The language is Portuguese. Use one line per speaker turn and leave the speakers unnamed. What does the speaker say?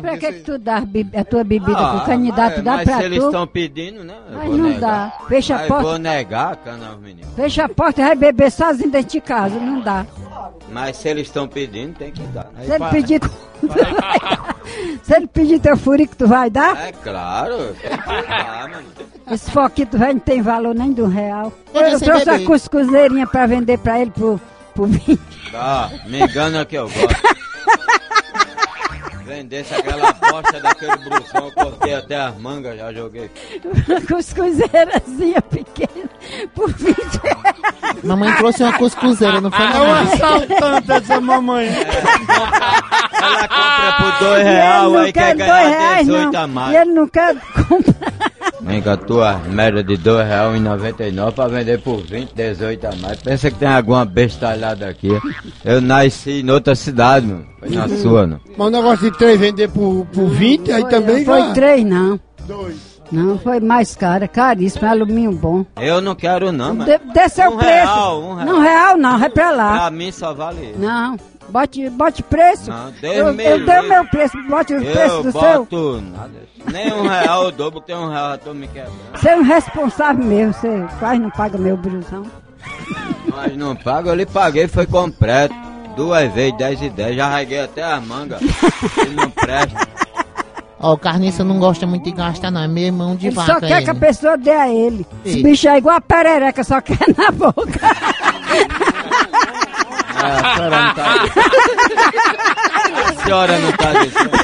Para que, que tu dá a tua bebida ah, pro candidato?
mas,
dá
é, mas
pra
se eles
tu?
estão pedindo, né? Eu
Mas
vou
não
negar.
dá. Fecha a
Ah, eu
porta.
vou negar, canal menino.
Fecha a porta e vai beber sozinho dentro de casa. Não dá.
Mas se eles estão pedindo, tem que dar. né?
Se ele pedir... tu- se ele pedir teu furico, tu vai dar?
É claro, tem que dar, mano.
Esse foquito velho não tem valor nem do real. Eu,
Olha, você
trouxe
bebe
a
aí.
cuscuzeirinha pra vender pra ele pro, pro vinho.
Tá, me engana que eu gosto. Vendesse aquela bosta daquele brusão, eu cortei até as mangas, já joguei.
Uma cuscuzeirazinha pequena por 20 reais.
Mamãe trouxe uma cuscuzeira, não foi
É um
mamãe?
assaltante essa mamãe.
Ela compra por dois
E ele
real,
não
É, aí
Ah, quer
quer
dois
ganhar
reais,
18
não.
a mais.
E ele não quer comprar.
Vem tua merda de dois real e noventa e nove pra vender por 20, 18 a mais. Pensa que tem alguma bestalhada aqui. Eu nasci em outra cidade, mano. Foi na
Uhum.
sua, não.
Mas o negócio de três vender por, por 20, aí
Foi-
também
Foi
já-
três, não.
Dois.
Não, foi mais cara. Caríssimo, é alumínio bom.
Eu não quero não, mano.
De, desceu
Um
o preço.
real, um real.
Não, real não, vai pra lá.
Pra mim só vale isso.
Não, bote, bote preço.
Não, Deus
eu
me
eu dei o
livre.
meu preço, bote o preço
Eu
do seu.
boto nada. Nem um real eu dou, botei um real, já tô me quebrando.
Você é um responsável mesmo, você quase não paga meu brusão.
Mas não pago, eu lhe paguei, foi completo. Duas vezes, dez e dez, já raguei até as mangas. E não presta.
Ó, o carniça não gosta muito de gastar, não. É meio mão de
Ele
vaca.
só quer que a
ele.
pessoa dê a ele. Esse
Sim.
bicho é igual a perereca, só quer na boca.
Ah, A senhora não tá dizendo.